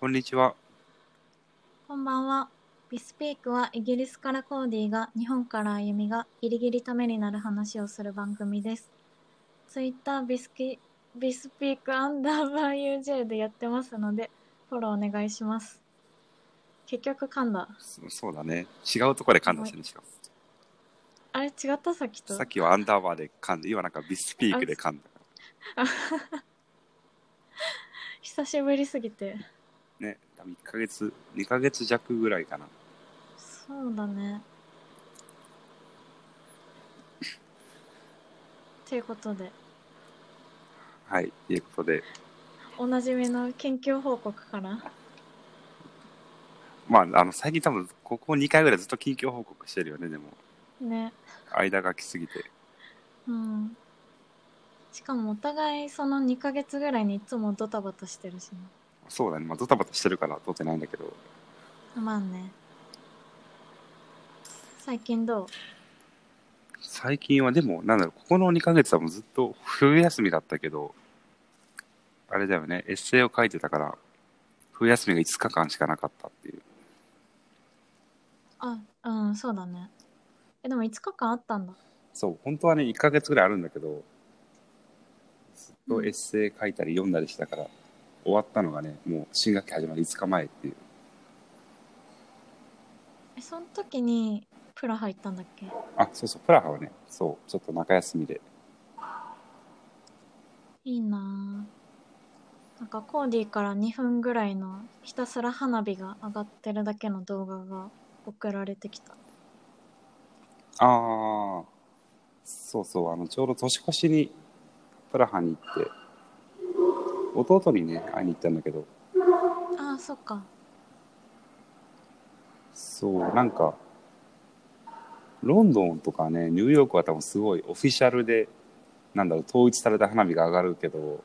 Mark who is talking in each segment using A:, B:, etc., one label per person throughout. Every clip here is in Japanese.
A: こんにちは。
B: こんばんは。ビスピークはイギリスからコーディが日本から歩みがギリギリためになる話をする番組です。ツイッタービスキビスピークアンダーバー UJ でやってますのでフォローお願いします。結局噛んだ。
A: そそうだね。違うところで噛んだしね、しかも
B: あれ違ったさっきと。
A: さっきはアンダーバーで噛んで、今なんかビスピークで噛んだ。
B: 久しぶりすぎて。
A: ね、多分1ヶ月、2ヶ月弱ぐらいかな。
B: そうだね。ということで、
A: はい、ということで、
B: おなじみの研究報告から。
A: まあ、あの、最近多分、ここ2回ぐらいずっと緊急報告してるよね、でも。
B: ね。
A: 間が空きすぎて。
B: うん。しかもお互いその2ヶ月ぐらいにいつもドタバタしてるしね。
A: そうだね、まあ、ドタバタしてるから撮ってないんだけど、
B: まあね。最近どう
A: 最近はでも、なんだろう、ここの2ヶ月はもうずっと冬休みだったけど、あれだよね、エッセイを書いてたから、冬休みが5日間しかなかったっていう。
B: あ、うん、そうだね。え、でも5日間あったんだ。
A: そう、本当はね、1ヶ月ぐらいあるんだけど、ずっとエッセイ書いたり読んだりしたから、終わったのがね、もう新学期始まる5日前っていう。
B: え、その時にプラ入ったんだっけ
A: あ、そうそう、プラハはね、そう、ちょっと中休みで。
B: いいなぁ。なんかコーディから2分ぐらいのひたすら花火が上がってるだけの動画が送られてきた。
A: ああ、そうそう、あの、ちょうど年越しにプラハに行って、弟にね、会いに行ったんだけど、
B: ああ、そっか。
A: そう、なんか、ロンドンとかね、ニューヨークは多分すごいオフィシャルで、なんだろう、統一された花火が上がるけど、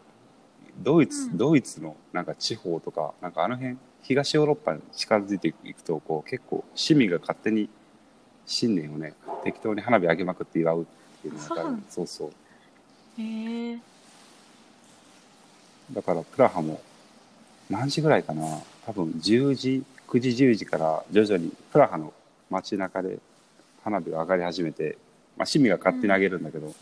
A: ドイツ、
B: うん
A: ドイツのなんか地方とか、なんかあの辺、東ヨーロッパに近づいていくと、こう結構市民が勝手に新年をね、適当に花火上げまくって祝うっていうのがある、そうそう。
B: へえ。
A: だからプラハも何時ぐらいかな多分10時9時10時から徐々にプラハの街中で花火が上がり始めて、まあ、市民が勝手に上げるんだけど、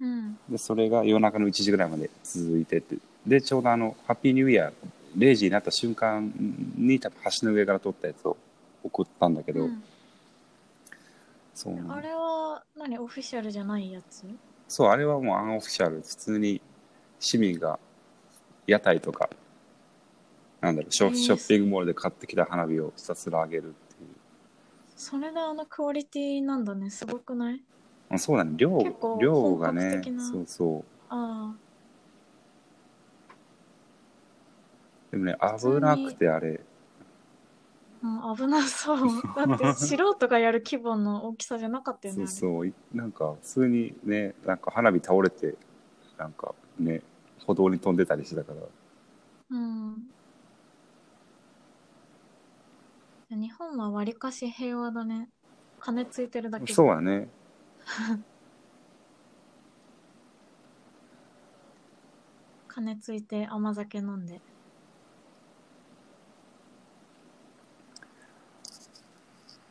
B: うん。
A: でそれが夜中の1時ぐらいまで続いてってでちょうどあのハッピーニューイヤー0時になった瞬間に多分橋の上から撮ったやつを送ったんだけど、
B: うん
A: そうなの
B: あれは何オフィシャルじゃないやつ
A: そうあれはもうアンオフィシャル普通に市民が屋台とかなんだろうショ,、
B: えー
A: ショッピングモールで買ってきた花火をひたすら上げるっていう
B: それであのクオリティなんだねすごくない
A: あそうだね量
B: 結構
A: 量が
B: 本
A: ね
B: 格的な
A: そうそう
B: ああ
A: でもね危
B: 通に
A: なくてあれ
B: うん、危 なそうだって素人がやる規模の大きさじゃなかったよ
A: そ
B: ね
A: うそういなんか普通にねなんか花火倒れてなんかね歩道に飛んでたりしてたから
B: あれうん日本はわりかし平和だね金ついてるだけで
A: そうだね。
B: 金ついて甘酒飲んで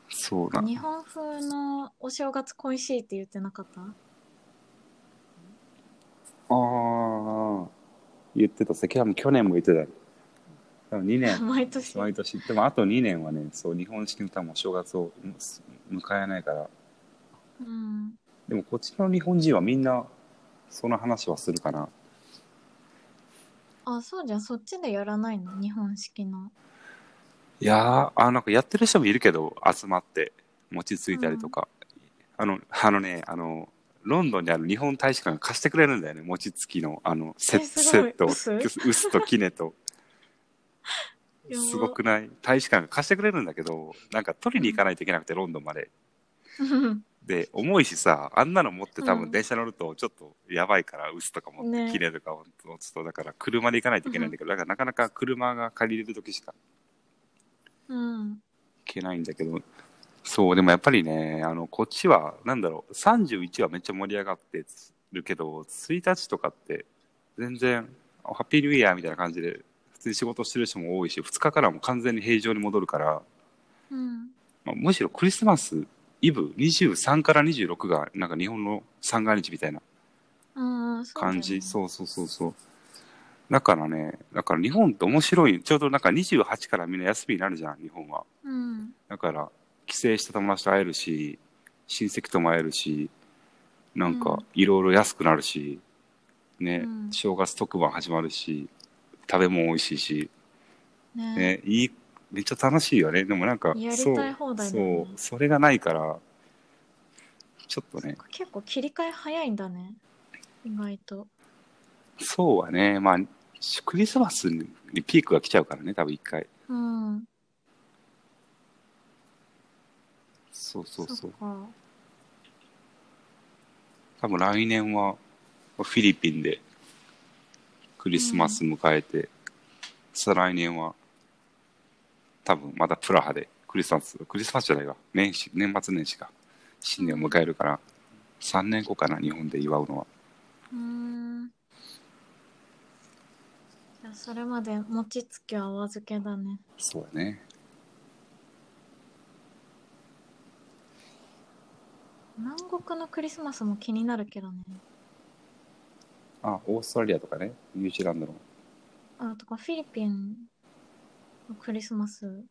A: そうだ。
B: 日本風のお正月恋しいって言ってなかった
A: ああ、言ってた。関山も去年も言ってた。多分2年
B: 毎年
A: 毎年でもあと2年はねそう日本式の多分お正月をむ迎えないから
B: うん
A: でもこっちの日本人はみんなその話はするかな
B: あそうじゃんそっちでやらないの日本式の
A: いやーあなんかやってる人もいるけど集まって餅ついたりとか、あのあのねあのロンドンにある日本大使館が貸してくれるんだよね餅つきのあのセ
B: え
A: ッ
B: すごい
A: セット
B: 臼
A: 薄ときねと
B: やば
A: すごくない大使館が貸してくれるんだけどなんか取りに行かないといけなくてロンドンまで で重いしさあんなの持って多
B: う
A: 分
B: ん
A: 電車乗るとちょっとやばいから臼とか持って
B: ね
A: きれとか持つとだから車で行かないといけないんだけどだからなかなか車が借りれる時しか
B: うん
A: 行けないんだけどそうでもやっぱりねあのこっちはなんだろう31はめっちゃ盛り上がってるけど1日とかって全然ハッピーニューイヤーみたいな感じで普通に仕事してる人も多いし2日からも完全に平常に戻るから、
B: うん
A: まあ、むしろクリスマスイブ23から26がなんか日本の三が日みたいな
B: うんうんそうだよね
A: 感じそう,、そうそうそうだからねだから日本って面白いちょうどなんか28からみんな休みになるじゃん日本は
B: うん
A: だから帰省した友達と会えるし親戚とも会えるしなん
B: う
A: か
B: ん
A: いろいろ安くなるし、ね、
B: うん
A: 正月特番始まるし食べ物美味しいし、
B: ね
A: ねいいめっちゃ楽しいよねでもなんか
B: やり
A: そう
B: たい放題だよね
A: そうそれがないからちょっとね
B: 結構切り替え早いんだね意外と
A: そうはねまあクリスマスにピークが来ちゃうからね多分一回
B: うん
A: そうそうそう
B: っか
A: 多分来年はフィリピンでクリスマス迎えて、再来年は多分またプラハでクリスマスクリスマスじゃないわ年始年末年始か新年を迎えるから、3年後かな日本で祝うのは
B: うーんじゃあそれまで餅つきはお預けだね
A: そうだね
B: 南国のクリスマスも気になるけどね
A: あオーストラリアとかねニュージーランドの
B: あとかフィリピンのクリスマス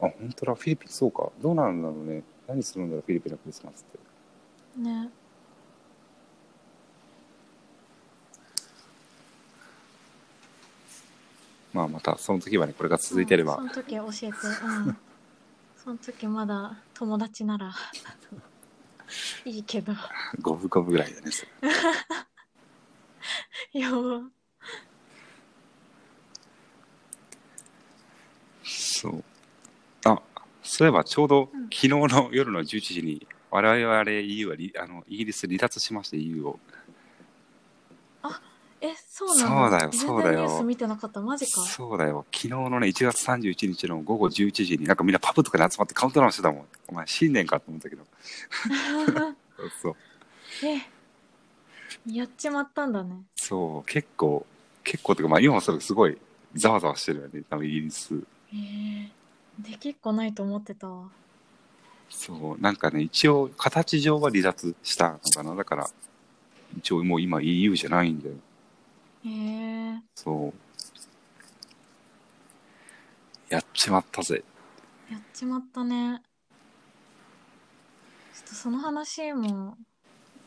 A: あ本当だフィリピンそうかどうなんだろうね何するんだろうフィリピンのクリスマスって
B: ね
A: まあまたその時はねこれが続いてれば、
B: うんその時教えてうんその時まだ友達 ならいいけど
A: 五分五分ぐらいだねそれ
B: やば
A: そう。あ、そういえばちょうど
B: うん
A: 昨日の夜の11時に、我々 EU はりあのイギリス離脱しました EU を。
B: えそうなん
A: そ
B: だ
A: うだよそうだよ
B: 全然ニュース見てなかったマジか
A: そうだよ。昨日のね、1月31日の午後11時に、なんかみんなパブとかに集まってカウントダウンしてたもん。お前新年かと思ったけど。そうそう。
B: えやっちまったんだね
A: そう結構、結構というか、まあ今もそれすごいざわざわしてるよね、多分イギリス。
B: えー、できっこないと思ってたわ
A: そう、なんかね、一応形上は離脱したのかな。だから、一応もう今 EU じゃないんだよ。
B: えー、
A: そう。やっちまったぜ。
B: やっちまったねちょっとその話も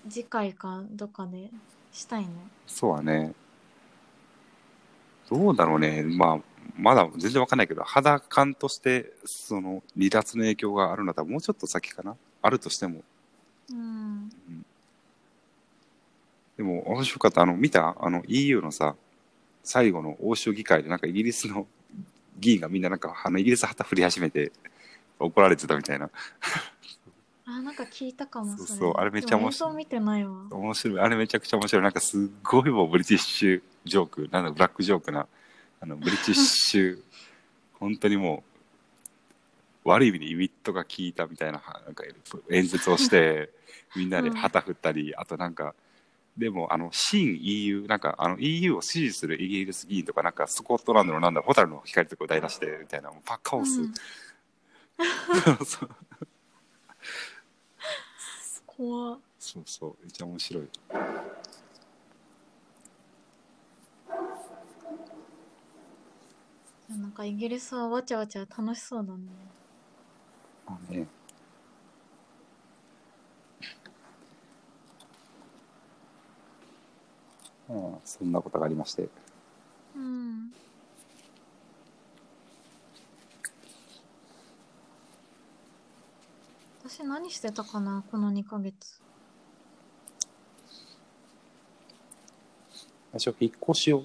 B: 次回かどっかでしたいね
A: そうだね。どうだろうね。まあ、まだ全然わかんないけど、肌感として、その、離脱の影響があるんだったら、もうちょっと先かな。あるとしても。
B: うん
A: でも、面白かった。あの、見たあの、EU のさ、最後の欧州議会で、なんかイギリスの議員がみんななんか、あの、イギリス旗振り始めて、怒られてたみたいな。
B: あなんか聞いたかも
A: そう
B: れ
A: そうあれめっちゃ面白い
B: でも映像見てないわ
A: 面白い。あれめちゃくちゃ面白い。なんかすっごいもうブリティッシュジョーク、なんだブラックジョークな、あの、ブリティッシュ、 本当にもう、悪い意味でイミットが効いたみたいな、はなんか演説を して、みんなで旗振ったり、あとなんか、でも、あの、新 EU、なんか、あの、EU を支持するイギリス議員とか、なんか、スコットランドのなんだろう、ホタルの光とか歌い出して、みたいな、もうパカオス。
B: うん
A: そう
B: 怖
A: そうそう、めっちゃ面白い。
B: なんかイギリスはわちゃわちゃ楽しそうだね
A: まあね。まあ、そんなことがありまして。
B: うん私何してたかなこの2ヶ月
A: 最初、引っ越しを。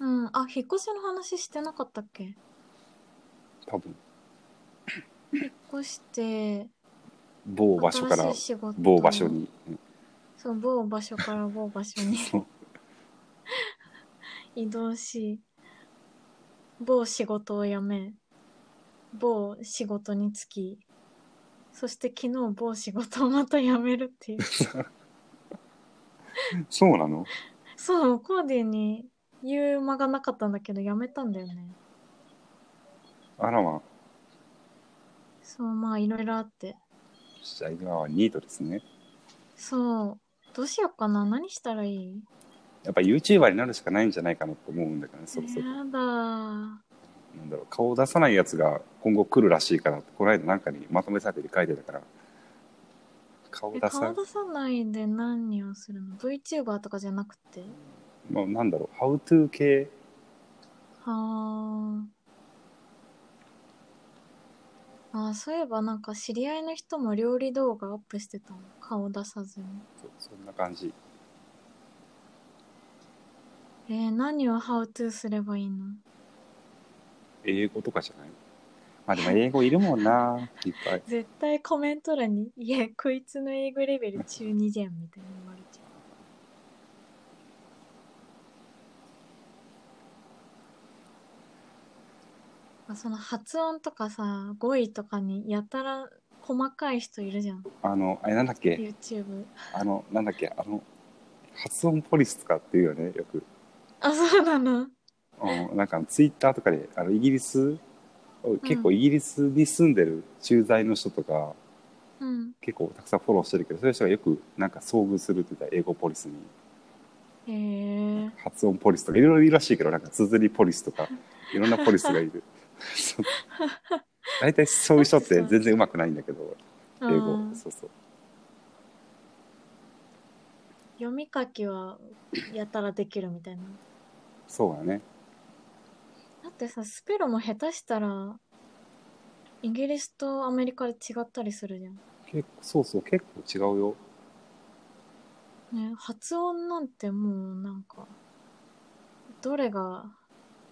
B: うんあ引っ越しの話してなかったっけ
A: 多分、
B: 引っ越して
A: 某場所から
B: 新しい仕事
A: 某場所に。
B: そう某場所から某場所に
A: そう
B: 移動し某仕事を辞め某仕事に就きそして昨日某仕事をまた辞める っていう
A: そうなの
B: そうコーディに言う間がなかったんだけどやめたんだよね
A: あらま、
B: そうまあいろいろあって
A: じゃあ今はニートですね。
B: そうどうしようかな何したらいい
A: やっぱ YouTuber になるしかないんじゃないかなと思うんだけどね、そろそろ。
B: やだ
A: なんだろう、顔を出さないやつが今後来るらしいからって、この間なんかにまとめサイトに書いてたから、顔
B: え
A: 出さ
B: 顔出さないで何をするの VTuber とかじゃなくて
A: まあ、なんだろう、ハウトゥー系、
B: はああそういえばなんか知り合いの人も料理動画アップしてたの顔出さずに
A: そそんな感じ。
B: えー、何をハウトゥーすればいいの
A: 英語とかじゃないまあでも英語いるもんな、いっぱい。
B: 絶対コメント欄に「いやこいつの英語レベル中2じゃん」みたいに言われちゃうあその発音とかさ語彙とかにやたら細かい人いるじゃん
A: あの、あれなんだっけ、
B: YouTube
A: あの、なんだっけ、あの、発音ポリスとかっていうよね、よく。
B: あそうなの
A: うん、なんかツイッターとかで、あの、イギリス、結構イギリスに住んでる駐在の人とか、
B: うん
A: 結構たくさんフォローしてるけど、そういう人がよくなんか遭遇するって言ったら英語ポリスに、
B: へえ
A: 発音ポリスとかいろいろいるらしいけど、なんか綴りポリスとか、いろんなポリスがいる。 そう大体そういう人って全然うまくないんだけど、英語。そうそう。
B: 読み書きはやたらできるみたいな
A: そうだね。
B: だってさスペルも下手したらイギリスとアメリカで違ったりするじゃん
A: 結構、そうそう、結構違うよ。
B: ね発音なんてもうなんかどれが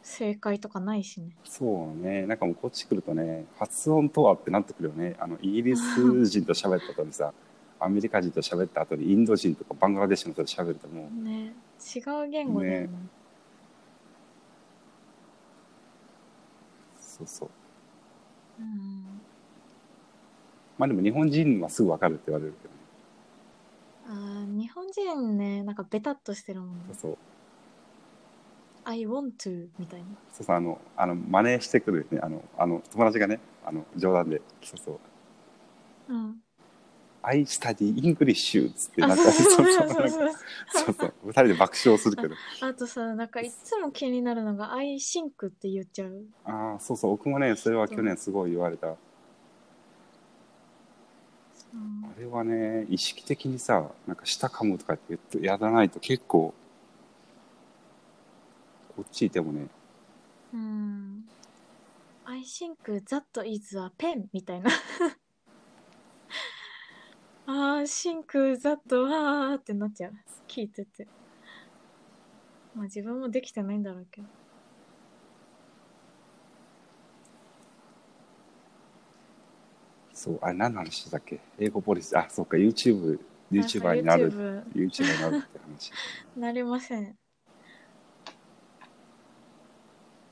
B: 正解とかないしね
A: そうね。なんかもうこっち来るとね、発音とはってなってくるよね。あの、イギリス人と喋った後にさ、アメリカ人と喋った後にインド人とかバングラデシュの人と喋るともう、
B: ね違う言語だよね
A: ねそうそう。
B: うん
A: まあでも日本人はすぐわかるって言われるけどね。
B: あー日本人ねなんかベタっとしてるもんね
A: そうそう。
B: 「I want to」みたいな
A: そうそうあのあの真似してくるよねあのあの友達がねあの冗談でそうそう
B: うん
A: 「I study English」っつってな
B: あ
A: んか
B: そ
A: そううそううそう
B: そそ
A: うそ
B: そう
A: うそう二人で爆笑するけど
B: あとさ、なんかいつも気になるのが、アイシンクって言っちゃう。
A: ああそうそう僕もねそれは去年すごい言われたあ
B: うん
A: れはね意識的にさなんか舌噛むとかって言ってやらないと結構こっちいてもね
B: うん。アイシンク、ザットイズはペンみたいな。 あー、シンク、ザット、あーってなっちゃう。聞いてて。まあ自分もできてないんだろうけど。
A: そうあれ何の話してたっけ英語ポリスあそうか YouTubeYouTuber になる
B: YouTube
A: YouTuber になるって 話
B: なれません。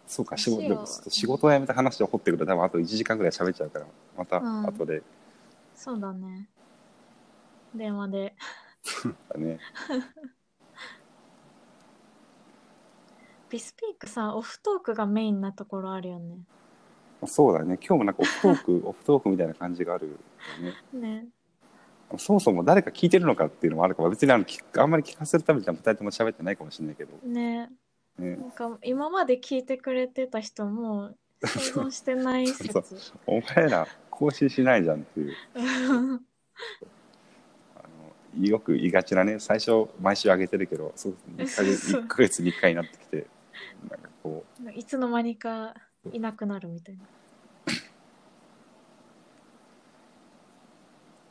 A: そうか、
B: どう
A: 仕
B: しよ
A: 事、
B: う
A: でもちょっと仕事を辞めた話で掘ってくると、多分あと1時間ぐらい喋っちゃうから、また
B: うん
A: 後で、
B: そうだね。電話で。
A: だね。
B: ビスピークさ、オフトークがメインなところあるよね。
A: そうだね、今日もなんかオフト ーク、オフトークみたいな感じがあるよね。
B: ね。
A: そもそも誰か聞いてるのかっていうのもあるから、別にあの聞あんまり聞かせるためには2人とも喋ってないかもしれないけど、
B: ね。
A: ね、
B: なんか今まで聞いてくれてた人も想像してない説
A: そうお前ら更新しないじゃんっていう、あのよく言いがちなね、最初毎週上げてるけど、そう1ヶ月
B: そう
A: 1ヶ月に1回になってきて、なんかこう、
B: いつの間にかいなくなるみたいな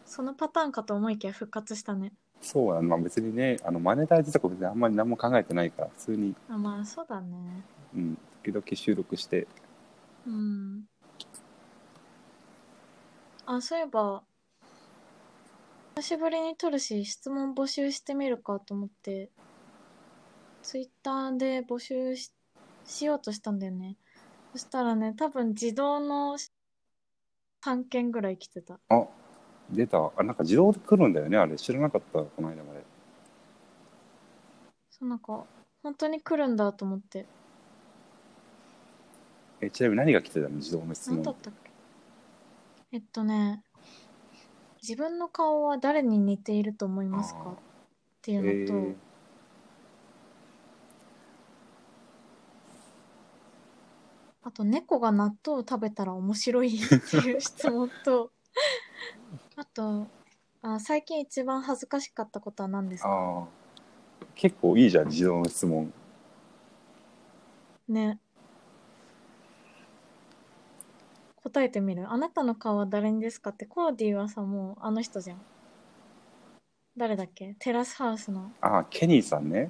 B: そのパターンかと思いきや復活したね
A: そうだね、まあ、別にね、あのマネタイズとか別にあんまり何も考えてないから、普通に。
B: あまあそうだね
A: うん、時々収録して、
B: うんあそういえば久しぶりに撮るし質問募集してみるかと思ってツイッターで募集ししようとしたんだよねそしたらね多分自動の3件ぐらい来てた
A: あ出た、あなんか自動で来るんだよね、あれ、知らなかった、この間まで。
B: そうなんか本当に来るんだと思って
A: えちなみに何が来てたの自動の質
B: 何だ
A: 問
B: ったっけえっとね自分の顔は誰に似ていると思います
A: あー
B: かっていうのと、
A: え
B: あと猫が納豆を食べたら面白いっていう質問と あとあ最近一番恥ずかしかったことは何で
A: ー、
B: すか
A: あー結構いいじゃん自動の質問
B: ね答えてみるあなたの顔は誰にですかってコーディはさもうあの人じゃん誰だっけテラスハウスの
A: ああケニーさんね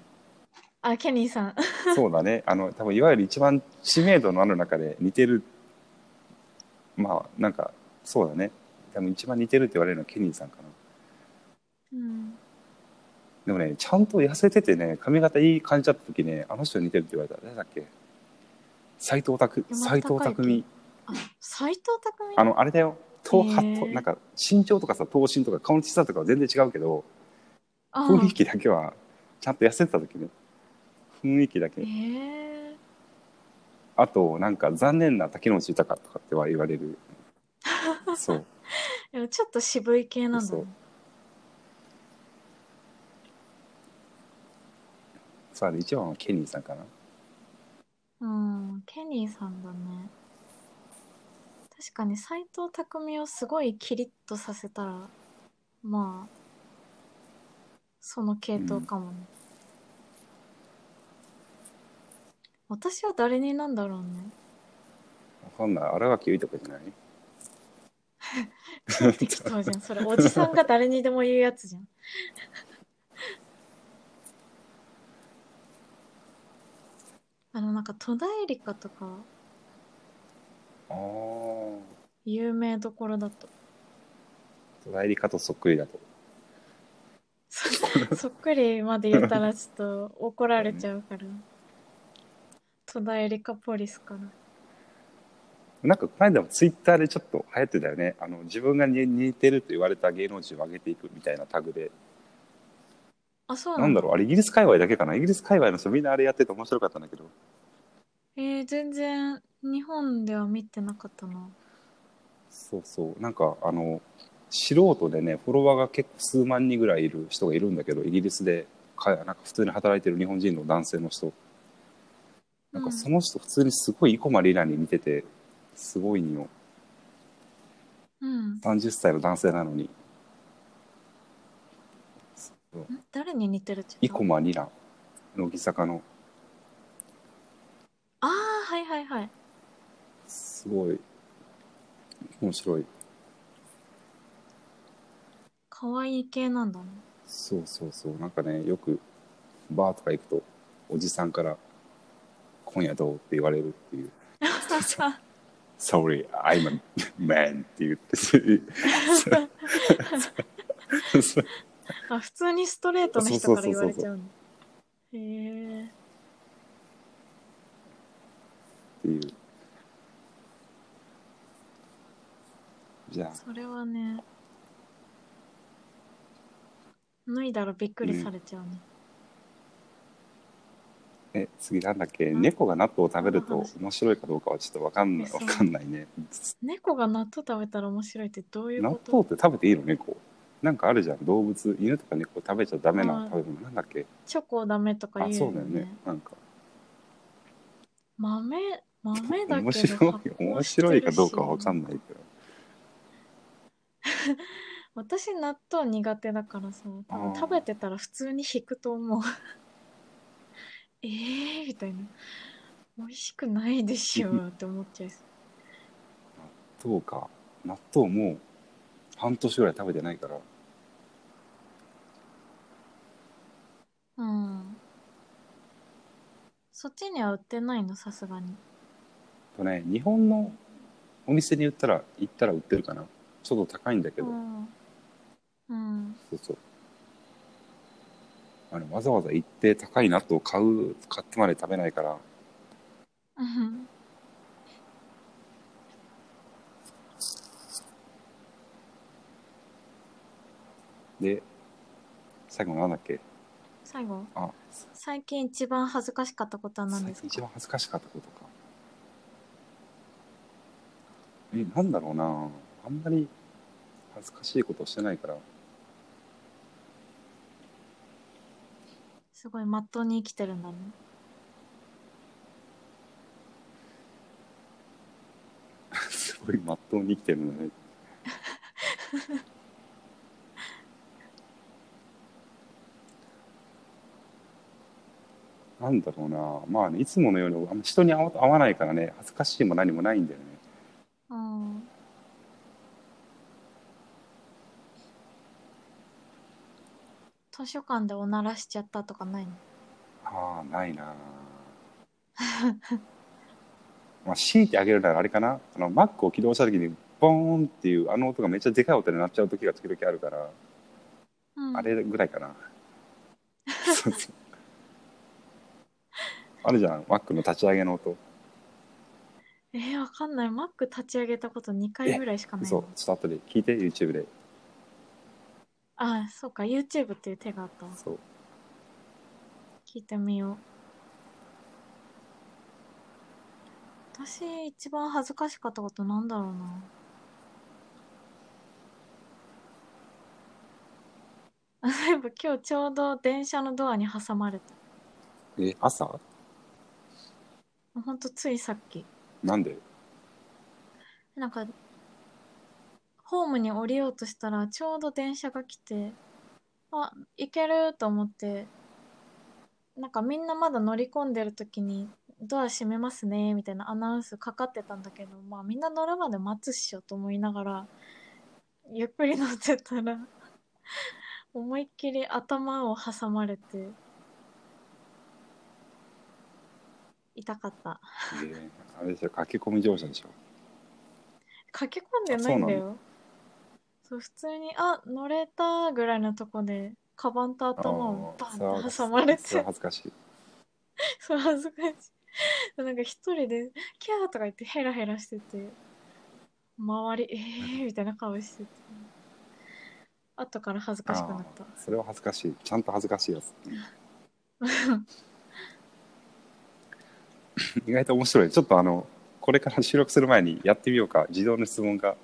B: あケニーさん
A: そうだねあの多分いわゆる一番知名度のある中で似てるまあなんかそうだね多分一番似てるって言われるのはケニーさんかな
B: うん
A: でもねちゃんと痩せててね髪型いい感じだった時ねあの人に似てるって言われた誰だっけ斎藤拓
B: 山
A: 斎
B: 田
A: 藤
B: 孝之
A: 匠
B: あ斎藤
A: あ
B: 匠
A: のあれだよ頭
B: へ
A: 髪
B: ー
A: となんか身長とかさ頭身とか顔の小ささとかは全然違うけど
B: あ
A: 雰囲気だけはちゃんと痩せてた時ね雰囲気だけ
B: ええ
A: あとなんか残念な竹野内豊とかっては言われ るそう
B: でもちょっと渋い系なんだ、ね
A: そう、そうだね一番はケニーさんかな
B: うん、ケニーさんだね。確かに斎藤匠をすごいキリッとさせたら、まあ、その系統かもね。私は誰になんだろうね。
A: わかんない荒垣結衣とかじゃない
B: 超適当じゃん。それ、おじさんが誰にでも言うやつじゃん。あの、なんか、戸田恵梨香とか、
A: ああ
B: 有名どころだと。
A: 代理かとそっくりだと
B: そそっくりまで言ったらちょっと怒られちゃうから。戸田エリカポリスから。
A: なんかこの間もツイッターでちょっと流行ってたよねあの自分がに似てると言われた芸能人を上げていくみたいなタグで
B: あ、そう
A: な
B: なんん
A: だ
B: だ。
A: ろうあれイギリス界隈だけかなイギリス界隈の人みんなあれやってて面白かったんだけど
B: えー、全然日本では見てなかったな。
A: そうそうなんかあの素人でねフォロワーが結構数万人ぐらいいる人がいるんだけどイギリスでかなんか普通に働いてる日本人の男性の人なんかその人普通にすごい生駒里奈に似ててすごいのよ
B: うん。ん
A: 30歳の男性なのにそう
B: 誰に似てるって
A: 生
B: 言った
A: 駒里奈乃木坂の
B: ああ、はいはいはい。
A: すごい面白い
B: 可愛い系なんだね。
A: そうそうそうなんかねよくバーとか行くとおじさんから「今夜どう?」って言われるっていう Sorry, I'm a man って言ってそうそう
B: あ、普通にストレートの人から言われちゃうの。へえ。
A: っていうじゃあ
B: それはね。脱いだらびっくりされちゃうね。
A: え次なんだっけ
B: うん
A: 猫が納豆を食べると
B: 何の話
A: 面白いかどうかはちょっとわかんない
B: えそ
A: わ
B: う
A: かんないね
B: 猫が納豆食べたら面白いってどういう
A: 納
B: こと
A: 豆って食べていいの猫なんかあるじゃん動物犬とか猫食べちゃダメな
B: あー
A: 食べ物なんだっけ
B: チョコダメと
A: あ
B: か言う
A: そ
B: よ
A: うだよね
B: ね。
A: なんか
B: 豆、豆だけど
A: 面白い面白いかどうかはわか
B: ない。
A: んないけど
B: 私納豆苦手だからさ、多
A: あ
B: 分
A: ー
B: 食べてたら普通に引くと思う。 えーみたいな。美味しくないでし ょって思っちゃいそう。
A: どうか納豆もう半年ぐらい食べてないから
B: うん。そっちには売ってないの、さすがに。
A: とね日本のお店に売ったら行ったら売ってるかなちょっと高いんだけ
B: う
A: ど、
B: ん。うん。
A: そうそうあれわざわざ行って高い納豆を買う買ってまで食べないから
B: うん
A: で最後なんだっけ
B: 最最後
A: あ
B: 最近一番恥ずかしかったことは何
A: 最
B: です
A: 近一
B: か
A: 番恥ずかしかったことかえなんだろうなあんまり恥ずかしいことをしてないから
B: すごいまっとうに生きてるんだね
A: すごいまっとうに生きてるんだね。なんだろうな、まあね、いつものようにあんま人に会わ会わないからね、恥ずかしいも何もないんだよね。
B: うん図書館でおならしちゃったとかないの
A: ああ、ない な。まあ、強いてあげるならあれかな、あの Mac を起動した時に、ボーンっていうあの音がめっちゃでかい音になっちゃう時が時々あるから。
B: うん
A: あれぐらいかな。そうそうあるじゃん、マックの立ち上げの音。
B: えー、わかんない。マック立ち上げたこと2回ぐらいしかない
A: そ
B: な
A: う、。ちょっと後で聞いて、YouTube で。
B: ああ、そうか。YouTube っていう手があったわ。
A: そう。
B: 聞いてみよう。私、一番恥ずかしかったことなんだろうな。 あそういえば今日ちょうど電車のドアに挟まれた。
A: え、朝
B: もうほんとついさっき。
A: なんで
B: なんか、ホームに降りようとしたら、ちょうど電車が来て、あ、行けると思って、なんかみんなまだ乗り込んでる時に、ドア閉めますね、みたいなアナウンスかかってたんだけど、まあみんな乗るまで待つっしょと思いながら、ゆっくり乗ってたら、 思いっきり頭を挟まれて、痛かった。
A: えーあれでしょ、駆け込み乗車でしょ。
B: 駆け込んでないんだよそう普通にあ乗れたぐらいのとこでカバンと頭をバンって挟まれて
A: それは恥ず
B: そ
A: かしい。
B: う恥ずかしいなんか一人で「キャー」とか言ってヘラヘラしてて周り「えー」みたいな顔してて後から恥ずかしくなった
A: それは恥ずかしい。ちゃんと恥ずかしいやつ。意外と面白い。ちょっとあの、これから収録する前にやってみようか。自動の質問が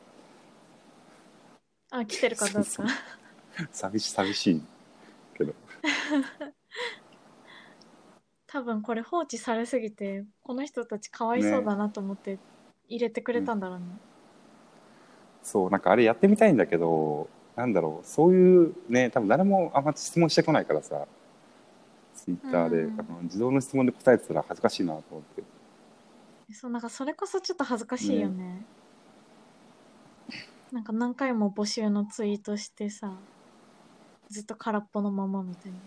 B: あ来てるかどう
A: そ
B: か
A: う寂しい、寂しいけど。
B: 多分これ放置されすぎてこの人たちかわいそうだなと思って入れてくれたんだろうね
A: そう、なんかあれやってみたいんだけど、なんだろう、そういうね、多分誰もあんま質問してこないからさ、ツイッターで、
B: うん
A: あの自動の質問で答えてたら恥ずかしいなと思って。
B: そうなんかそれこそちょっと恥ずかしいよねなんか何回も募集のツイートしてさずっと空っぽのままみたいな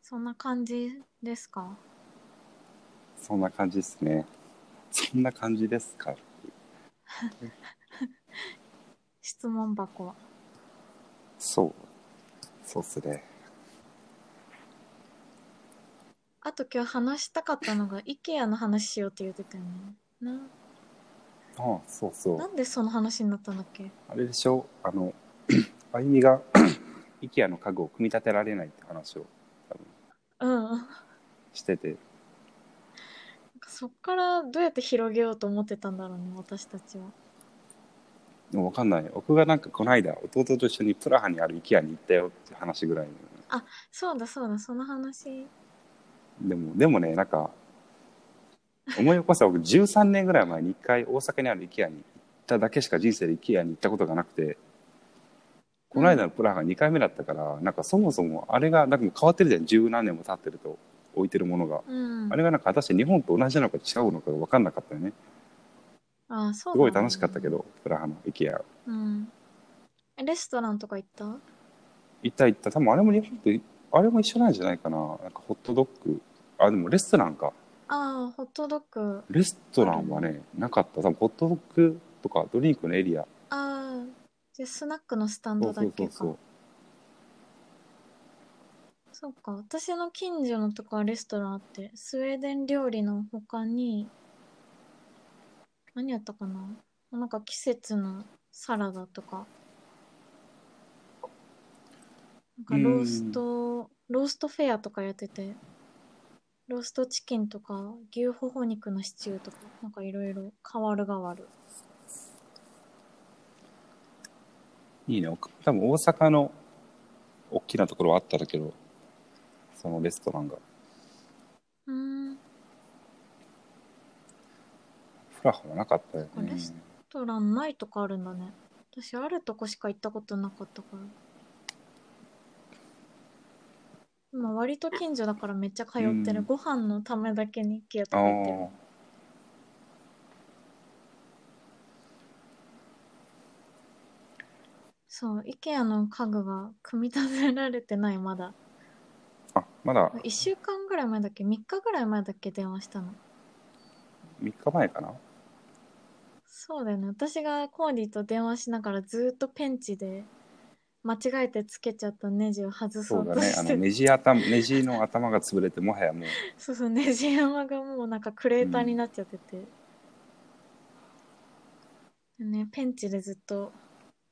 B: そんな感じですか
A: そんな感じですね。そんな感じですか。
B: 質問箱は
A: そう。そうっすね。
B: あと今日話したかったのが IKEA の話しようって言ってたよねな
A: ああ、そうそう
B: な。んでその話になったんだっけ
A: あれでしょあの、 あゆみが、IKEA の家具を組み立てられないって話を
B: うん
A: してて、
B: そっからどうやって広げようと思ってたんだろうね私たちは
A: でもわかんない。僕がなんかこの間、弟と一緒にプラハにある IKEA に行ったよって話ぐらいの、
B: そうだそうだその話
A: でも、でもね、なんか、思い起こせば僕13年ぐらい前に一回大阪にある IKEA に行っただけしか人生で IKEA に行ったことがなくて、この間のプラハが2回目だったから、なんかそもそもあれが、なんかもう変わってるじゃん、十何年も経ってると、置いてるものが。
B: うん
A: あれがなんか果たして日本と同じなのか違うのかが分かんなかったよね。
B: あそう
A: す
B: なん
A: ご
B: だ
A: い楽しかったけど、プラハの IKEA。
B: うんレストランとか行った
A: 行った行った、多分あれも日本と、あれも一緒なんじゃないかな。なんかホットドッグ。あ、でもレストランか。
B: ああホットドッグ
A: レストランはね、なかった。多分ホットドッグとかドリンクのエリア
B: ああじゃあスナックのスタン
A: そ
B: ド
A: う
B: だ
A: そうそ
B: け
A: う
B: か
A: そう
B: そうか私の近所のとこはレストランあってスウェーデン料理の他に何やったかななんか季節のサラダとか。なんかロースト、ローストフェアとかやってて、ローストチキンとか牛ほほ肉のシチューとか、なんかいろいろ変わる変わる。
A: いいね。お多分大阪の大きなところはあったんだけど、そのレストランが。
B: うーん、レ
A: ふらふらなかったよ
B: そう
A: ね
B: で。すストランないとこあるんだね。私、あるとこしか行ったことなかったから。今、割と近所だからめっちゃ通って
A: う
B: る。
A: ん
B: ご飯のためだけに行と
A: あ
B: か
A: あ
B: 行ってる
A: ー。。
B: そう、IKEA の家具が組み立てられてない、まだ。
A: あ、まだ
B: 1週間ぐらい前だっけ ?3 日ぐらい前だっけ電話したの。
A: 3日前かな。
B: そうだよね。私がコーディと電話しながらずーっとペンチで間違えてつけちゃったネジを外そ
A: そう
B: う
A: だ
B: と
A: ね。あ
B: し
A: の、
B: て、
A: ネジ頭、ネジの頭が潰れて、もはやもう、
B: そうそう、ネジ山がもうなんかクレーターになっちゃってて。ね、ペンチでずっと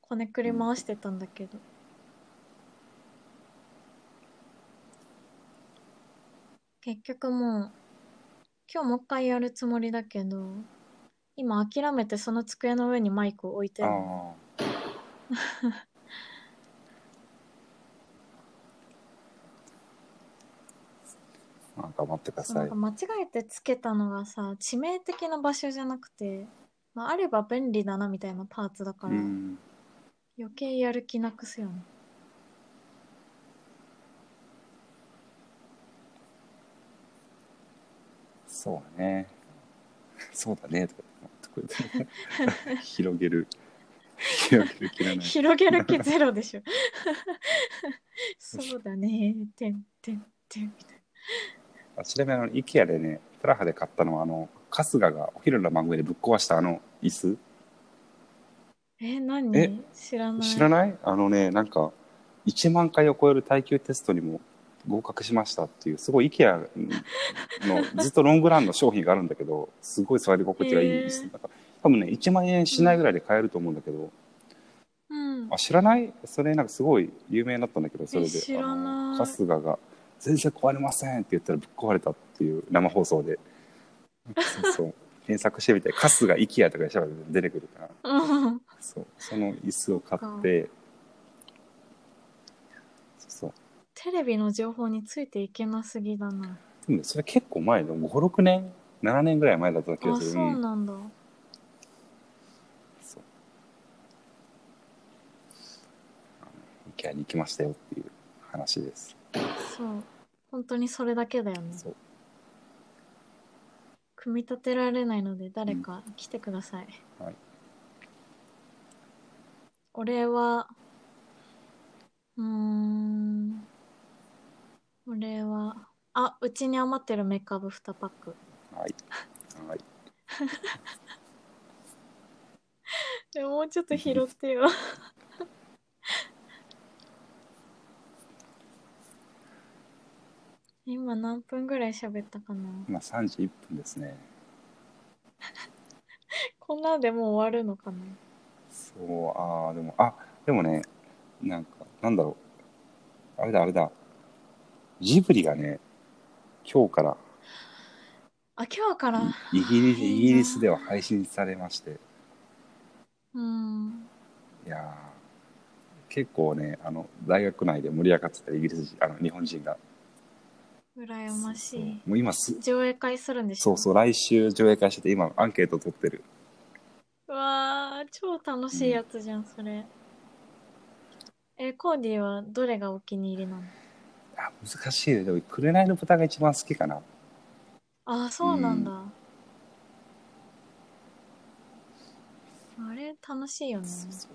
B: こねくり回してたんだけど。結局もう、今日もう一回やるつもりだけど、今諦めてその机の上にマイクを置いてるの。
A: ああ。なんか待ってくだ
B: そうな
A: さ
B: ん
A: い
B: か。間違えてつけたのがさ致命的な場所じゃなくて、まあ、あれば便利だなみたいなパーツだか
A: う
B: ら、
A: ん。
B: 余計やる気なく すよね
A: そうだね。そうだね。とか言ってこうやって広げる。広げる気 がない。
B: 広げる気ゼロでしょ そうだねてんてんてんみたい
A: あちなみにあの IKEA でねプラハで買ったのはあの春日がお昼の番組でぶっ壊したあの椅子
B: なえ何
A: え
B: 知らない
A: 知らないあのねなんか1万回を超える耐久テストにも合格しましたっていうすごい IKEA のずっとロングランの商品があるんだけどすごい座り心地がいい椅子だから多分ね1万円しないぐらいで買えると思うんだけど
B: うん
A: あ知らないそれなんかすごい有名になったんだけどそれで
B: え知らない
A: あの春日が「全然壊れません」って言ったらぶっ壊れたっていう生放送 でそうそう検索してみて「春日 IKEA」とかで調べて出てくるから
B: うん
A: そうその椅子を買ってそうそう
B: テレビの情報についていけなすぎだな
A: でもねそれ結構前で56年7年ぐらい前だった気が
B: あ
A: する
B: そうなんだ
A: そうあの IKEA に行きましたよっていう話です
B: そう本当にそれだけだよね
A: そう
B: 組み立てられないので誰か来てください、
A: はい
B: お礼はうーんお礼はあうちに余ってるメカブ2パック
A: はいはい
B: でもうちょっと拾ってよ 今何分ぐらい喋ったかな
A: 今31分ですね
B: こんなんでもう終わるのかな
A: そうああでもあでもねなんかなんだろうあれだあれだジブリがね今日から
B: あ今日から
A: イイギリス
B: いいな
A: イギリスでは配信されまして
B: うん
A: いやー結構ねあの大学内で盛り上がってたイギリス人あの日本人が
B: 羨ましい
A: もう今す
B: 上映会するんでし
A: そ
B: ょ
A: うそう来週上映会してて今アンケート取ってる
B: うわー超楽しいやつじゃん、それえコーディはどれがお気に入りなの
A: あ難しいねでも「紅の豚」が一番好きかな
B: あそうなんだ、あれ楽しいよね
A: そうそう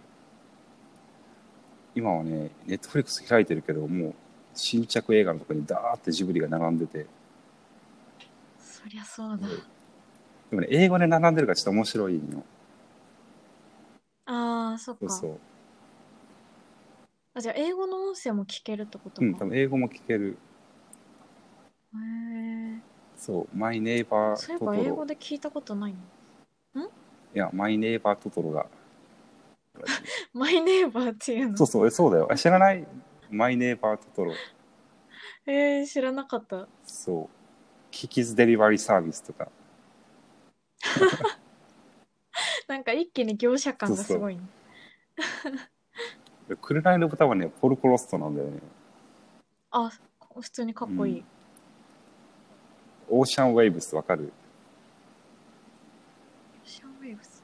A: 今はねネットフリックス開いてるけどもう新着映画のとこにダーってジブリが並んでて
B: そりゃそう
A: で
B: だ、
A: もね英語で並んでるからちょっと面白いの
B: あーそっ
A: そ
B: か
A: うそう
B: あじゃあ英語の音声も聞けるってこと
A: う
B: か、
A: ん多分英語も聞ける
B: へえ
A: そう「マイ・ネイバー
B: そういえ
A: トト
B: ば英語
A: ロ
B: で聞いたことないの
A: いや、マイネイバートトロが。
B: マイネイバーっていうの
A: そうそう、えそうだよ。え知らないマイネイバートトロ。
B: えー、知らなかった
A: そう。キキズデリバリーサービスとか。
B: なんか一気に業者感がすごいね
A: 紅の豚はね、ポルコロストなんだよね。
B: あ普通にかっこいい、
A: うオーシャンウェイブスわかる
B: シャンウェイブス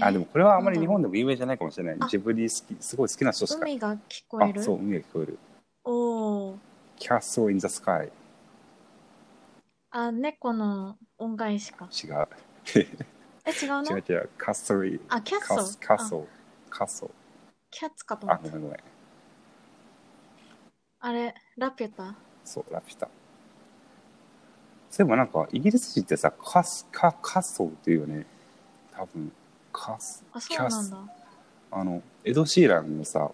A: あ、でもこれはあんまり日本
B: で
A: でも有名じゃないかもしれない
B: あ。
A: ジブリ好き、すごい好きな人しか。
B: 海が聞こえ
A: あ、
B: る
A: そう、海が聞こえる。
B: おお
A: キャストインザスカイ。
B: あ猫の恩返しか
A: 違う。
B: え違うの
A: 違う違う。カストリー。
B: あキャッ
A: カ
B: ソ
A: ス、カ
B: あ
A: ソ、カソ。
B: キャッツかと思
A: あ、
B: っ
A: ご
B: た
A: めんごめん。
B: あれラピュタ
A: そう、ラピュタ。そういえばなんか、イギリス人ってさ、カス、カ、カソっていうよね。多分、カス、
B: あそうなんだ
A: あの、エド・シーランのさ、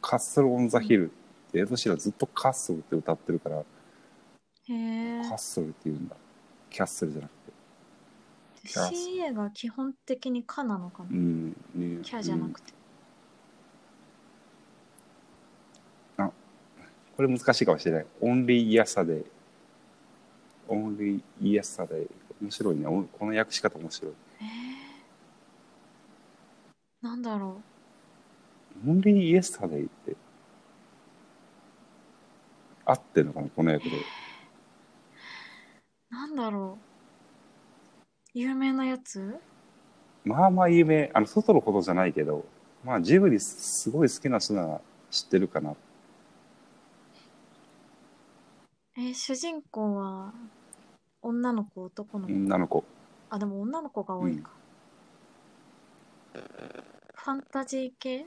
A: カッスル・オン・ザ・ヒルって、エド・シーランずっとカッソルって歌ってるから、
B: へえ
A: カッソルって言うんだ。キャッスルじゃなくて。キャス
B: CA が基本的に「か」なのかな、
A: うん、ね
B: キャじゃなくて、
A: これ難しいかもしれない。オンリー・イヤサデイ。オンリー・イヤサデイ。面白いね。おこの訳し方面白い。
B: えー、なんだろ
A: オンリー・イエスタデイって、合ってんのかな、この訳で。
B: うなんだろう有名なやつ
A: まあまあ有名。あの、外のことじゃないけど、まあジブリすごい好きな人なら知ってるかな。
B: えー主人公は女の子男の子、
A: 女の子。
B: あでも女の子が多いか、ファンタジー系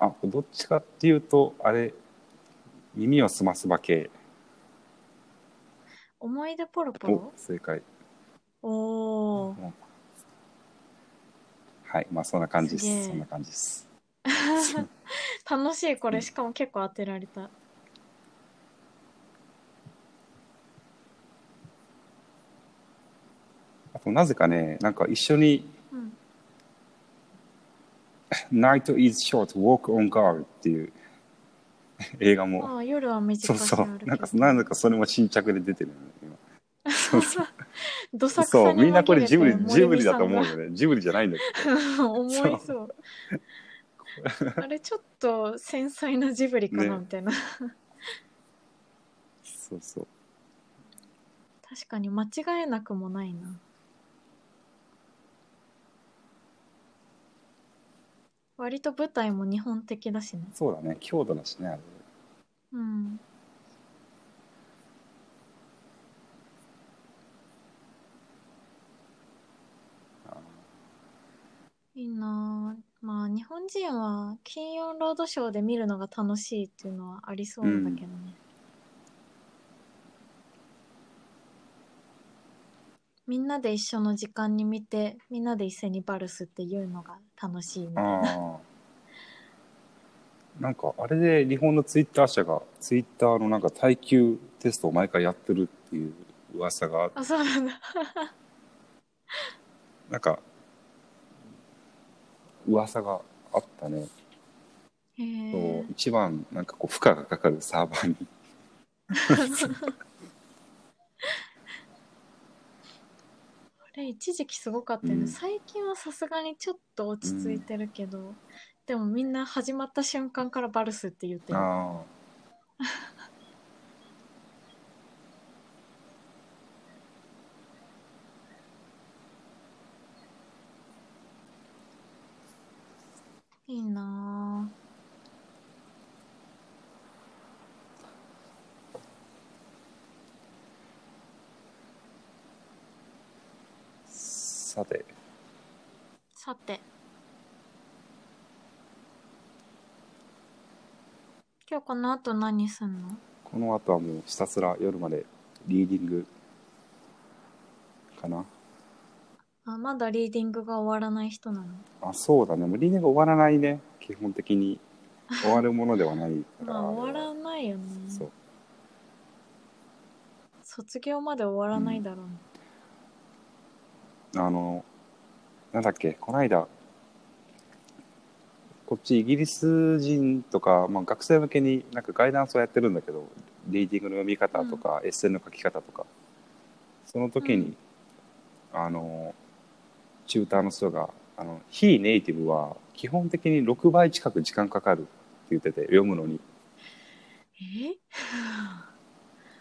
A: あ、どっちかっていうと、あれ、耳をすますば系。
B: 思い出ポロポ
A: お
B: ロ、
A: 正解。
B: おお
A: はい、まあそんな感じです
B: げえ
A: す。そんな感じです。
B: 楽しいこ
A: う
B: れ
A: ん
B: しかも結構当てられた
A: あと、なぜかね、なんか一緒に、
B: うん
A: Night is short, walk on guard っていう映画も
B: ああ夜は
A: そ
B: 短
A: う
B: く
A: そ
B: 歩
A: う。
B: け
A: なんか、なんだかそれも新着で出てるよね、今。
B: そうそう。どさくさ
A: そ
B: に
A: う、みんなこれ
B: 紛
A: ジブ
B: て
A: リ、ジブリ
B: 森美さん
A: だと思う
B: が
A: よね。ジブリじゃないんだけ
B: 思いそう。あれちょっと繊細なジブリかな
A: ね
B: みたいな。
A: ど。そうそう。
B: 確かに間違えなくもないな。割と舞台も日本的だしね。
A: そうだね。強度だしね、あ れ。
B: うん。
A: あ
B: いいなあまあ日本人は金曜ロードショーで見るのが楽しいっていうのはありそうだけどね。みんなで一緒の時間に見てみんなで一斉にバルスっていうのが楽しいみたいな
A: あー。なんか、あれで日本のツイッター社が、ツイッターのなんか耐久テストを毎回やってるっていう噂が、
B: あそうなんだ
A: なんか、噂があったね。
B: へえ
A: そう一番、なんかこう、負荷がかかるサーバーに。
B: これ一時期すごかったよね、
A: うん
B: 最近はさすがにちょっと落ち着いてるけど、でもみんな始まった瞬間からバルスって言ってる
A: ああ。
B: いいなあ
A: さて。
B: さて今日この後何すんの
A: この後はもうひたすら夜までリーディングかな。
B: あまだリーディングが終わらない人なの
A: あ、そうだね。もうリーディング終わらないね。基本的に。終わるものではないから。
B: まあ終わらないよね
A: そう。
B: 卒業まで終わらないだろうね、
A: あの、なんだっけ、この間、こっちイギリス人とか、まあ、学生向けになんかガイダンスをやってるんだけど、リーディングの読み方とか、エッセイの書き方とか、その時に、あの、チューターの人が、あの、非ネイティブは基本的に6倍近く時間かかるって言ってて、読むのに。
B: え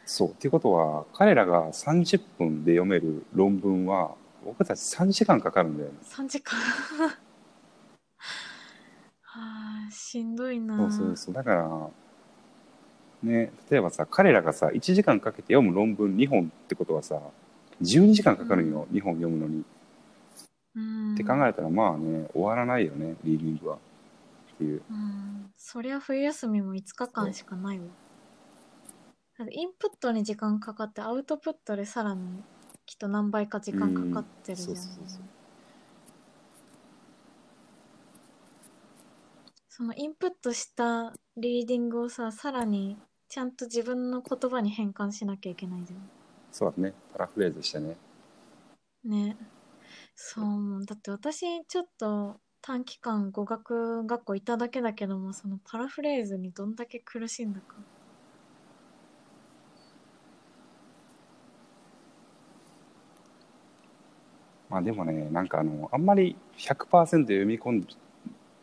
A: そう。っていうことは、彼らが30分で読める論文は、僕たち3時間かかるんだよね。
B: 3時間 はあしんどいな
A: そうそうそう。だから、ね、例えばさ、彼らがさ、1時間かけて読む論文2本ってことはさ、12時間かかるんよ、2本読むのに。
B: うん
A: って考えたら、まあね、終わらないよね、リーディングは。っていう。
B: うんそりゃ冬休みも5日間しかないわだってインプットに時間かかってアウトプットでさらにきっと何倍か時間かかってるじゃん、
A: うんそうそうそう
B: そのインプットしたリーディングをささらにちゃんと自分の言葉に変換しなきゃいけないじゃん
A: そうだね、パラフレーズしてね。
B: ねそう思うだって私ちょっと短期間語学学校いただけだけどもそのパラフレーズにどんだけ苦しんだか
A: まあでもね、なんかあの、あんまり100%読み込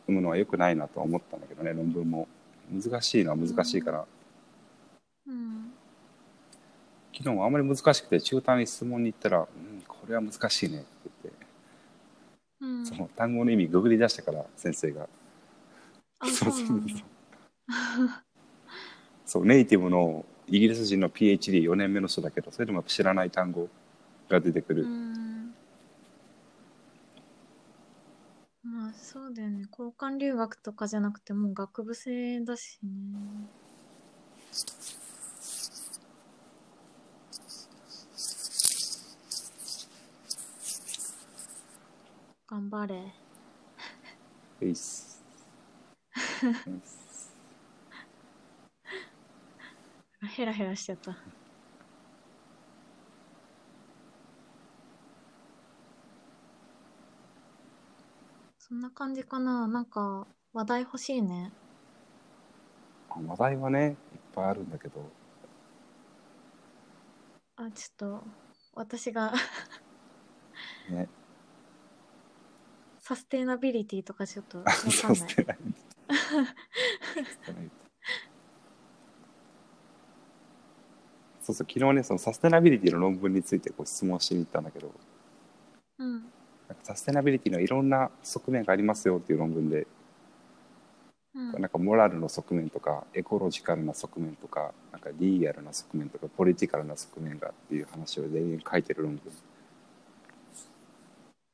A: むのは良くないなとは思ったんだけどね、論文も。難しいのは難しいから、
B: うん
A: 昨日もあんまり難しくて、中途に質問に行ったら、うん、これは難しいねって言って、
B: うん
A: その単語の意味ググり出したから、先生が。
B: あそうなんだ
A: そう、ネイティブのイギリス人の PhD4 年目の人だけど、それでもやっぱ知らない単語が出てく
B: う
A: る。
B: んまあそうだよね交換留学とかじゃなくてもう学部生だしね頑張れ
A: ういっすういっす
B: ヘラヘラしちゃったそんな感じかななんか話題欲しいね
A: 話題はね、いっぱいあるんだけど、
B: あちょっと私が
A: ね、
B: サステナビリティとかちょっとわか
A: そうん捨
B: ない
A: てない。捨てないそうそう、昨日ね、そのサステナビリティの論文についてこう質問しに行ったんだけど、
B: うん
A: なんかサステナビリティのいろんな側面がありますよっていう論文で、
B: うん
A: なんかモラルの側面とか、エコロジカルな側面とか、なんかリアルな側面とか、ポリティカルな側面がっていう話を全員書いてる論文。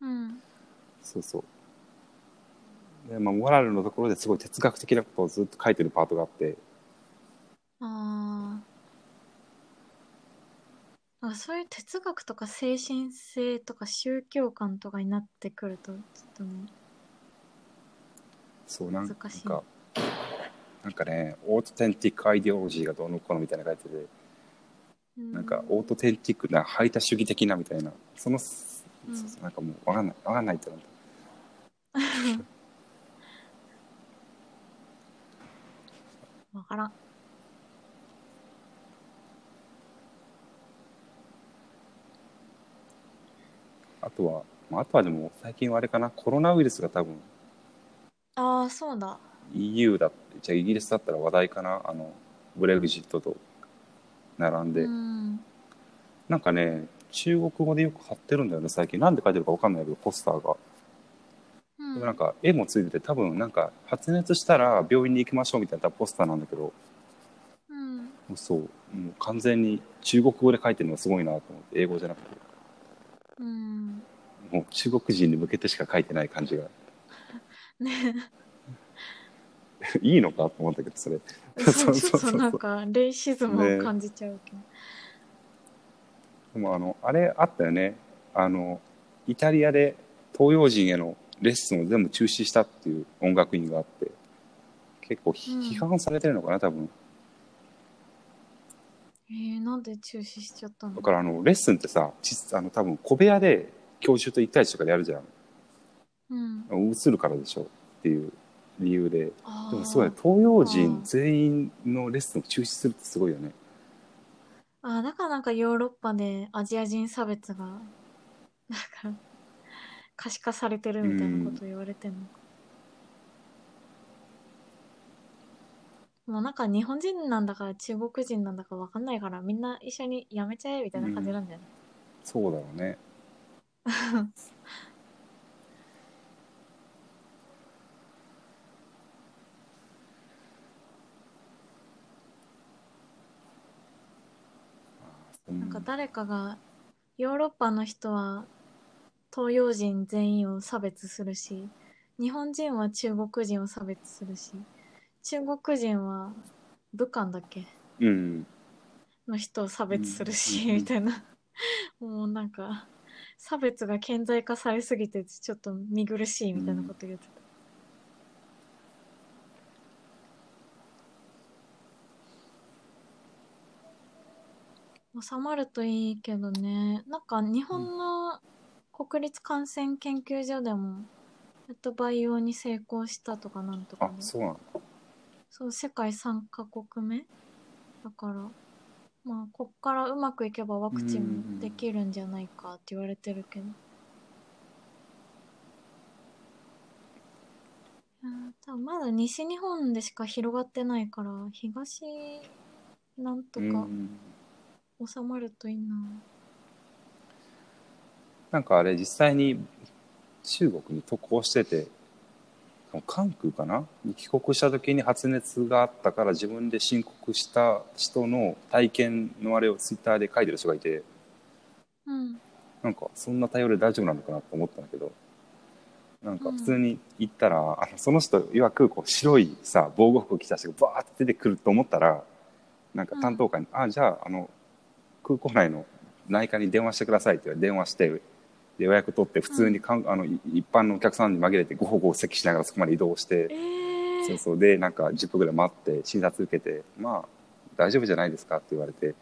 B: うん
A: そうそう。で、まあ、モラルのところですごい哲学的なことをずっと書いてるパートがあって、
B: あーなんかそういう哲学とか精神性とか宗教観とかになってくるとちょっとね
A: そうなん
B: 難しい
A: なんかなんかねオートテンティックアイデオロジーがどうのこうのみたいな書いてて、
B: う
A: なんかオートテンティックな排他主義的なみたいなその、
B: うん
A: そうそうなんかもうわかんないわかんないってなった
B: わからん。
A: あとは、まあ、あとはでも最近はあれかなコロナウイルスが多分
B: ああ、そうだ。
A: EU だってじゃあイギリスだったら話題かなあのブレグジットと並んで、
B: うん。
A: なんかね中国語でよく貼ってるんだよね最近なんで書いてるかわかんないけどポスターが
B: うん
A: でもなんか絵もついてて多分なんか発熱したら病院に行きましょうみたいなポスターなんだけど
B: うん。
A: もうそう、もう完全に中国語で書いてるのがすごいなと思って、英語じゃなくて、
B: うん。
A: もう中国人に向けてしか書いてない感じが、
B: ね
A: いいのかと思ったけど、それ。
B: そう
A: そうそ
B: そうう
A: そう
B: そう。なんか、レイシズムを感じちゃうけど。
A: でもあの、あれあったよね、あの、イタリアで東洋人へのレッスンを全部中止したっていう音楽院があって、結構ひ、
B: うん
A: 批判されてるのかな、多分。
B: えー、なんで中止しちゃったの
A: だからあの、レッスンってさ、実あの多分小部屋で教授と1対1とかでやるじゃん。
B: うん。
A: 映るからでしょっていう理由で。
B: あ
A: でも
B: あ
A: そうだね、東洋人全員のレッスンを中止するってすごいよね。
B: あーだからなんかヨーロッパでアジア人差別が、なんか、可視化されてるみたいなこと言われてんのか。もうなんか日本人なんだか中国人なんだかわかんないからみんな一緒にやめちゃえみたいな感じなんだよね。
A: そうだろうね。う
B: なんか誰かがヨーロッパの人は東洋人全員を差別するし日本人は中国人を差別するし中国人は武漢だっけ
A: うん。
B: の人を差別するし、
A: うん
B: みたいなもうなんか差別が顕在化されすぎてちょっと見苦しいみたいなこと言ってた、収まるといいけどねなんか日本の国立感染研究所でもやっと培養に成功したとかなんとか
A: あ
B: ね、
A: そうなの。
B: そう世界3カ国目だからまあこっからうまくいけばワクチンもできるんじゃないかって言われてるけどいやー多分まだ西日本でしか広がってないから東なんとか
A: うん
B: 収まるといいな、
A: なんかあれ、実際に中国に渡航してて、関空かなに帰国した時に発熱があったから自分で申告した人の体験のあれをツイッターで書いてる人がいて、
B: うん
A: なんかそんな対応で大丈夫なのかなと思ったんだけどなんか普通に行ったら、あのその人曰くこう白いさ防護服着た人がバーって出てくると思ったらなんか担当官に「あじゃああの空港内の内科に電話してください」って言われて電話してで予約取って普通にかん、あのい一般のお客さんに紛れてごほごほ席しながらそこまで移動して
B: え。
A: そう
B: ー、
A: そうでなんか10分ぐらい待って診察受けて「まあ大丈夫じゃないですか」って言われて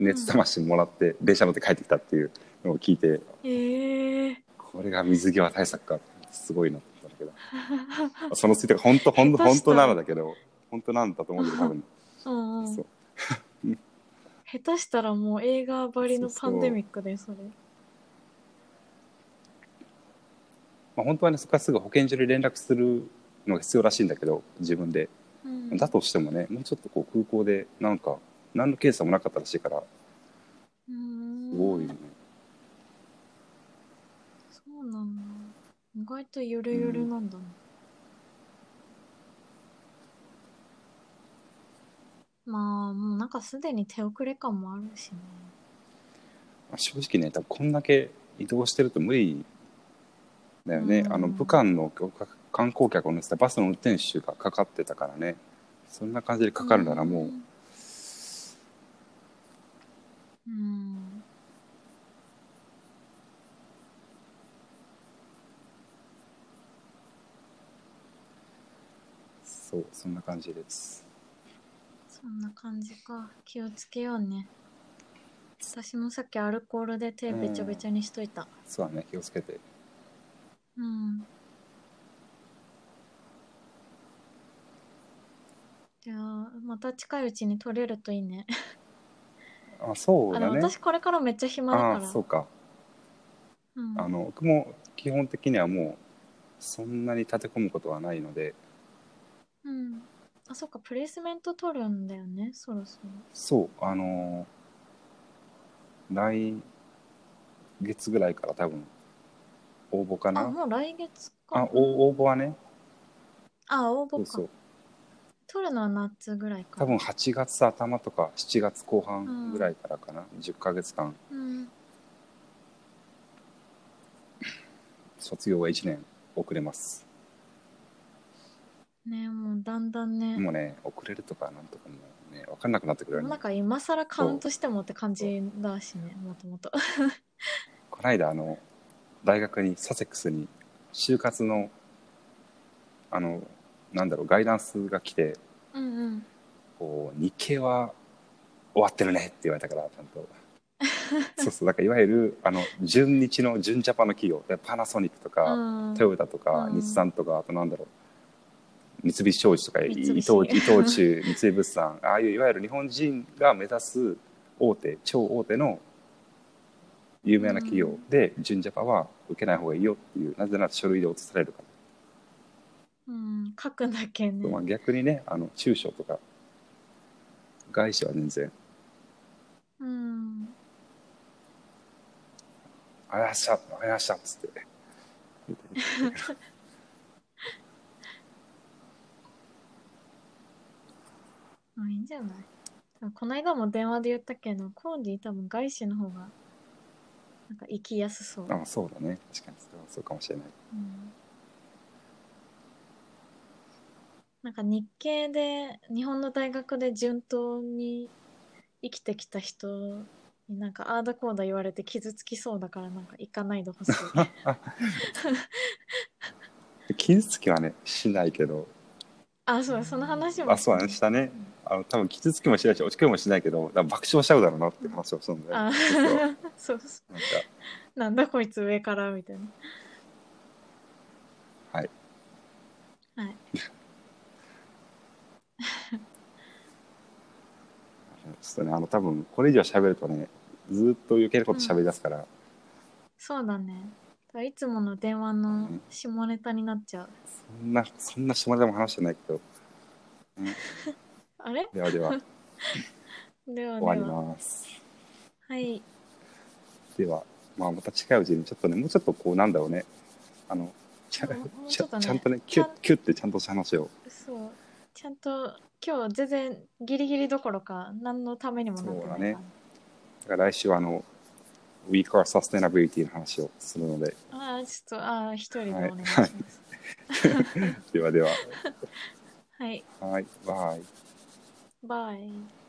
A: 熱冷ましてもらって、電車乗って帰ってきたっていうのを聞いて
B: えー、
A: これが水際対策かすごいなって思ったんだけど そのツイートが本当本当
B: 下手
A: 本
B: した
A: 当なのだけど本当なんだと思うけど多分
B: うんうん
A: そう
B: 下手したらもう映画ばりのパンデミックでそれ
A: まあ本当はねそこはすぐ保健所に連絡するのが必要らしいんだけど自分で
B: うん
A: だとしてもねもうちょっとこう空港でなんか何の検査もなかったらしいから
B: うーん
A: すごいよね
B: そうなんだ。意外とゆるゆるなんだね。まあ、もうなんかすでに手遅れ感もあるしね。
A: まあ正直ね多分こんだけ移動してると無理だよね、
B: うん
A: あの武漢の観光客を乗せたバスの運転手がかかってたからねそんな感じでかかるならもう、
B: うん。うん。
A: そうそんな感じです
B: そんな感じか。気をつけようね。私もさっきアルコールで手べちゃべちゃにしといた。
A: そうだね気をつけて
B: うん。じゃあ、また近いうちに取れるといいね。
A: あそう
B: あ
A: だ
B: の
A: ね
B: 私これからめっちゃ暇だ
A: あ
B: から。
A: そうか、
B: うん、
A: あの僕も基本的にはもうそんなに立て込むことはないので
B: うん。あ、そっか、プレイスメント取るんだよね、そろそろ。
A: そうあのー来月ぐらいから多分応募か
B: あ、
A: な
B: もう来月か。
A: あお応募はね
B: あ、応
A: そ
B: 募か。
A: うそう
B: 取るのは夏ぐらいか。
A: 多分8月頭とか7月後半ぐらいからかな、10ヶ月間
B: うん。
A: 卒業は1年遅れます、
B: ねもうだんだんね、
A: もうね遅れるとかなんとかもね分かんなくなってくるよ
B: も
A: ね
B: うなんか今更カウントしてもって感じだしね、もともと。
A: この間あの大学にサセックスに就活のあのなんだろうガイダンスが来て
B: うんうん。
A: こう日経は終わってるねって言われたからちゃんとそうそう、だからいわゆる、あの、純日の純ジャパンの企業、でパナソニックとか、
B: うん
A: トヨタとか、
B: うん
A: 日産とか、あとなんだろう、三菱商事とか、
B: 三
A: 伊
B: 菱
A: 藤伊藤忠、 三井物産、ああいういわゆる日本人が目指す大手、超大手の有名な企
B: う
A: 業
B: ん
A: で、純ジャパは受けない方がいいよっていう、なぜなら書類で落とされるから。
B: うん、書くだけね。
A: まあ、逆にね、あの中小とか、外資は全然、
B: うん。
A: あやした、あやしたっつって。
B: あいいんじゃないでもこの間も電話で言ったけど、コーディ多分外資の方が、なんか行きやすそう。
A: あそうだね。確かに、それはそうかもしれない。
B: うんなんか日系で日本の大学で順当に生きてきた人になんかあーだこーだ言われて傷つきそうだからなんか行かないで ほしい。
A: 傷つきはね、しないけど、
B: あ、そうだその話も。
A: あ、そうだね、したね。あの、多分傷つきもしないし、落ち込みもしないけど、多分爆笑しちゃうだろうなって話をするんだよ。
B: あ
A: なんか、
B: そうそう。なんだこいつ上からみたいな。
A: はい。
B: はい。
A: ちょっとね、あの、多分これ以上喋るとね、ずーっと余計なこと喋り出すから、
B: そうだね。いつもの電話の下ネタになっちゃう。
A: そんな、そんな下ネタも話してないけど、
B: あれ
A: ではで は、
B: で
A: 終
B: はで
A: わり
B: は。
A: ます。
B: はい。
A: では、まあ、また近いうちに、ちょっとね、もうちょっとこう、なんだろうね、あの、ちゃ,、
B: もうもう
A: ち
B: ちょっと
A: ゃ
B: ね
A: んとね、キュ
B: ちゃ
A: ッ
B: ん、
A: キュッてちゃんとした話を。
B: そう。ちゃんと今日全然ギリギリどころか何のためにもなってないから。
A: そうだねだから来週は、あの、ウィークはサステナビリティの話をするので、
B: ああ、ちょっと、ああ、一人でお願いし
A: は
B: ま
A: い
B: す。
A: ではでは、
B: はい。
A: はい、バイ。
B: バイ。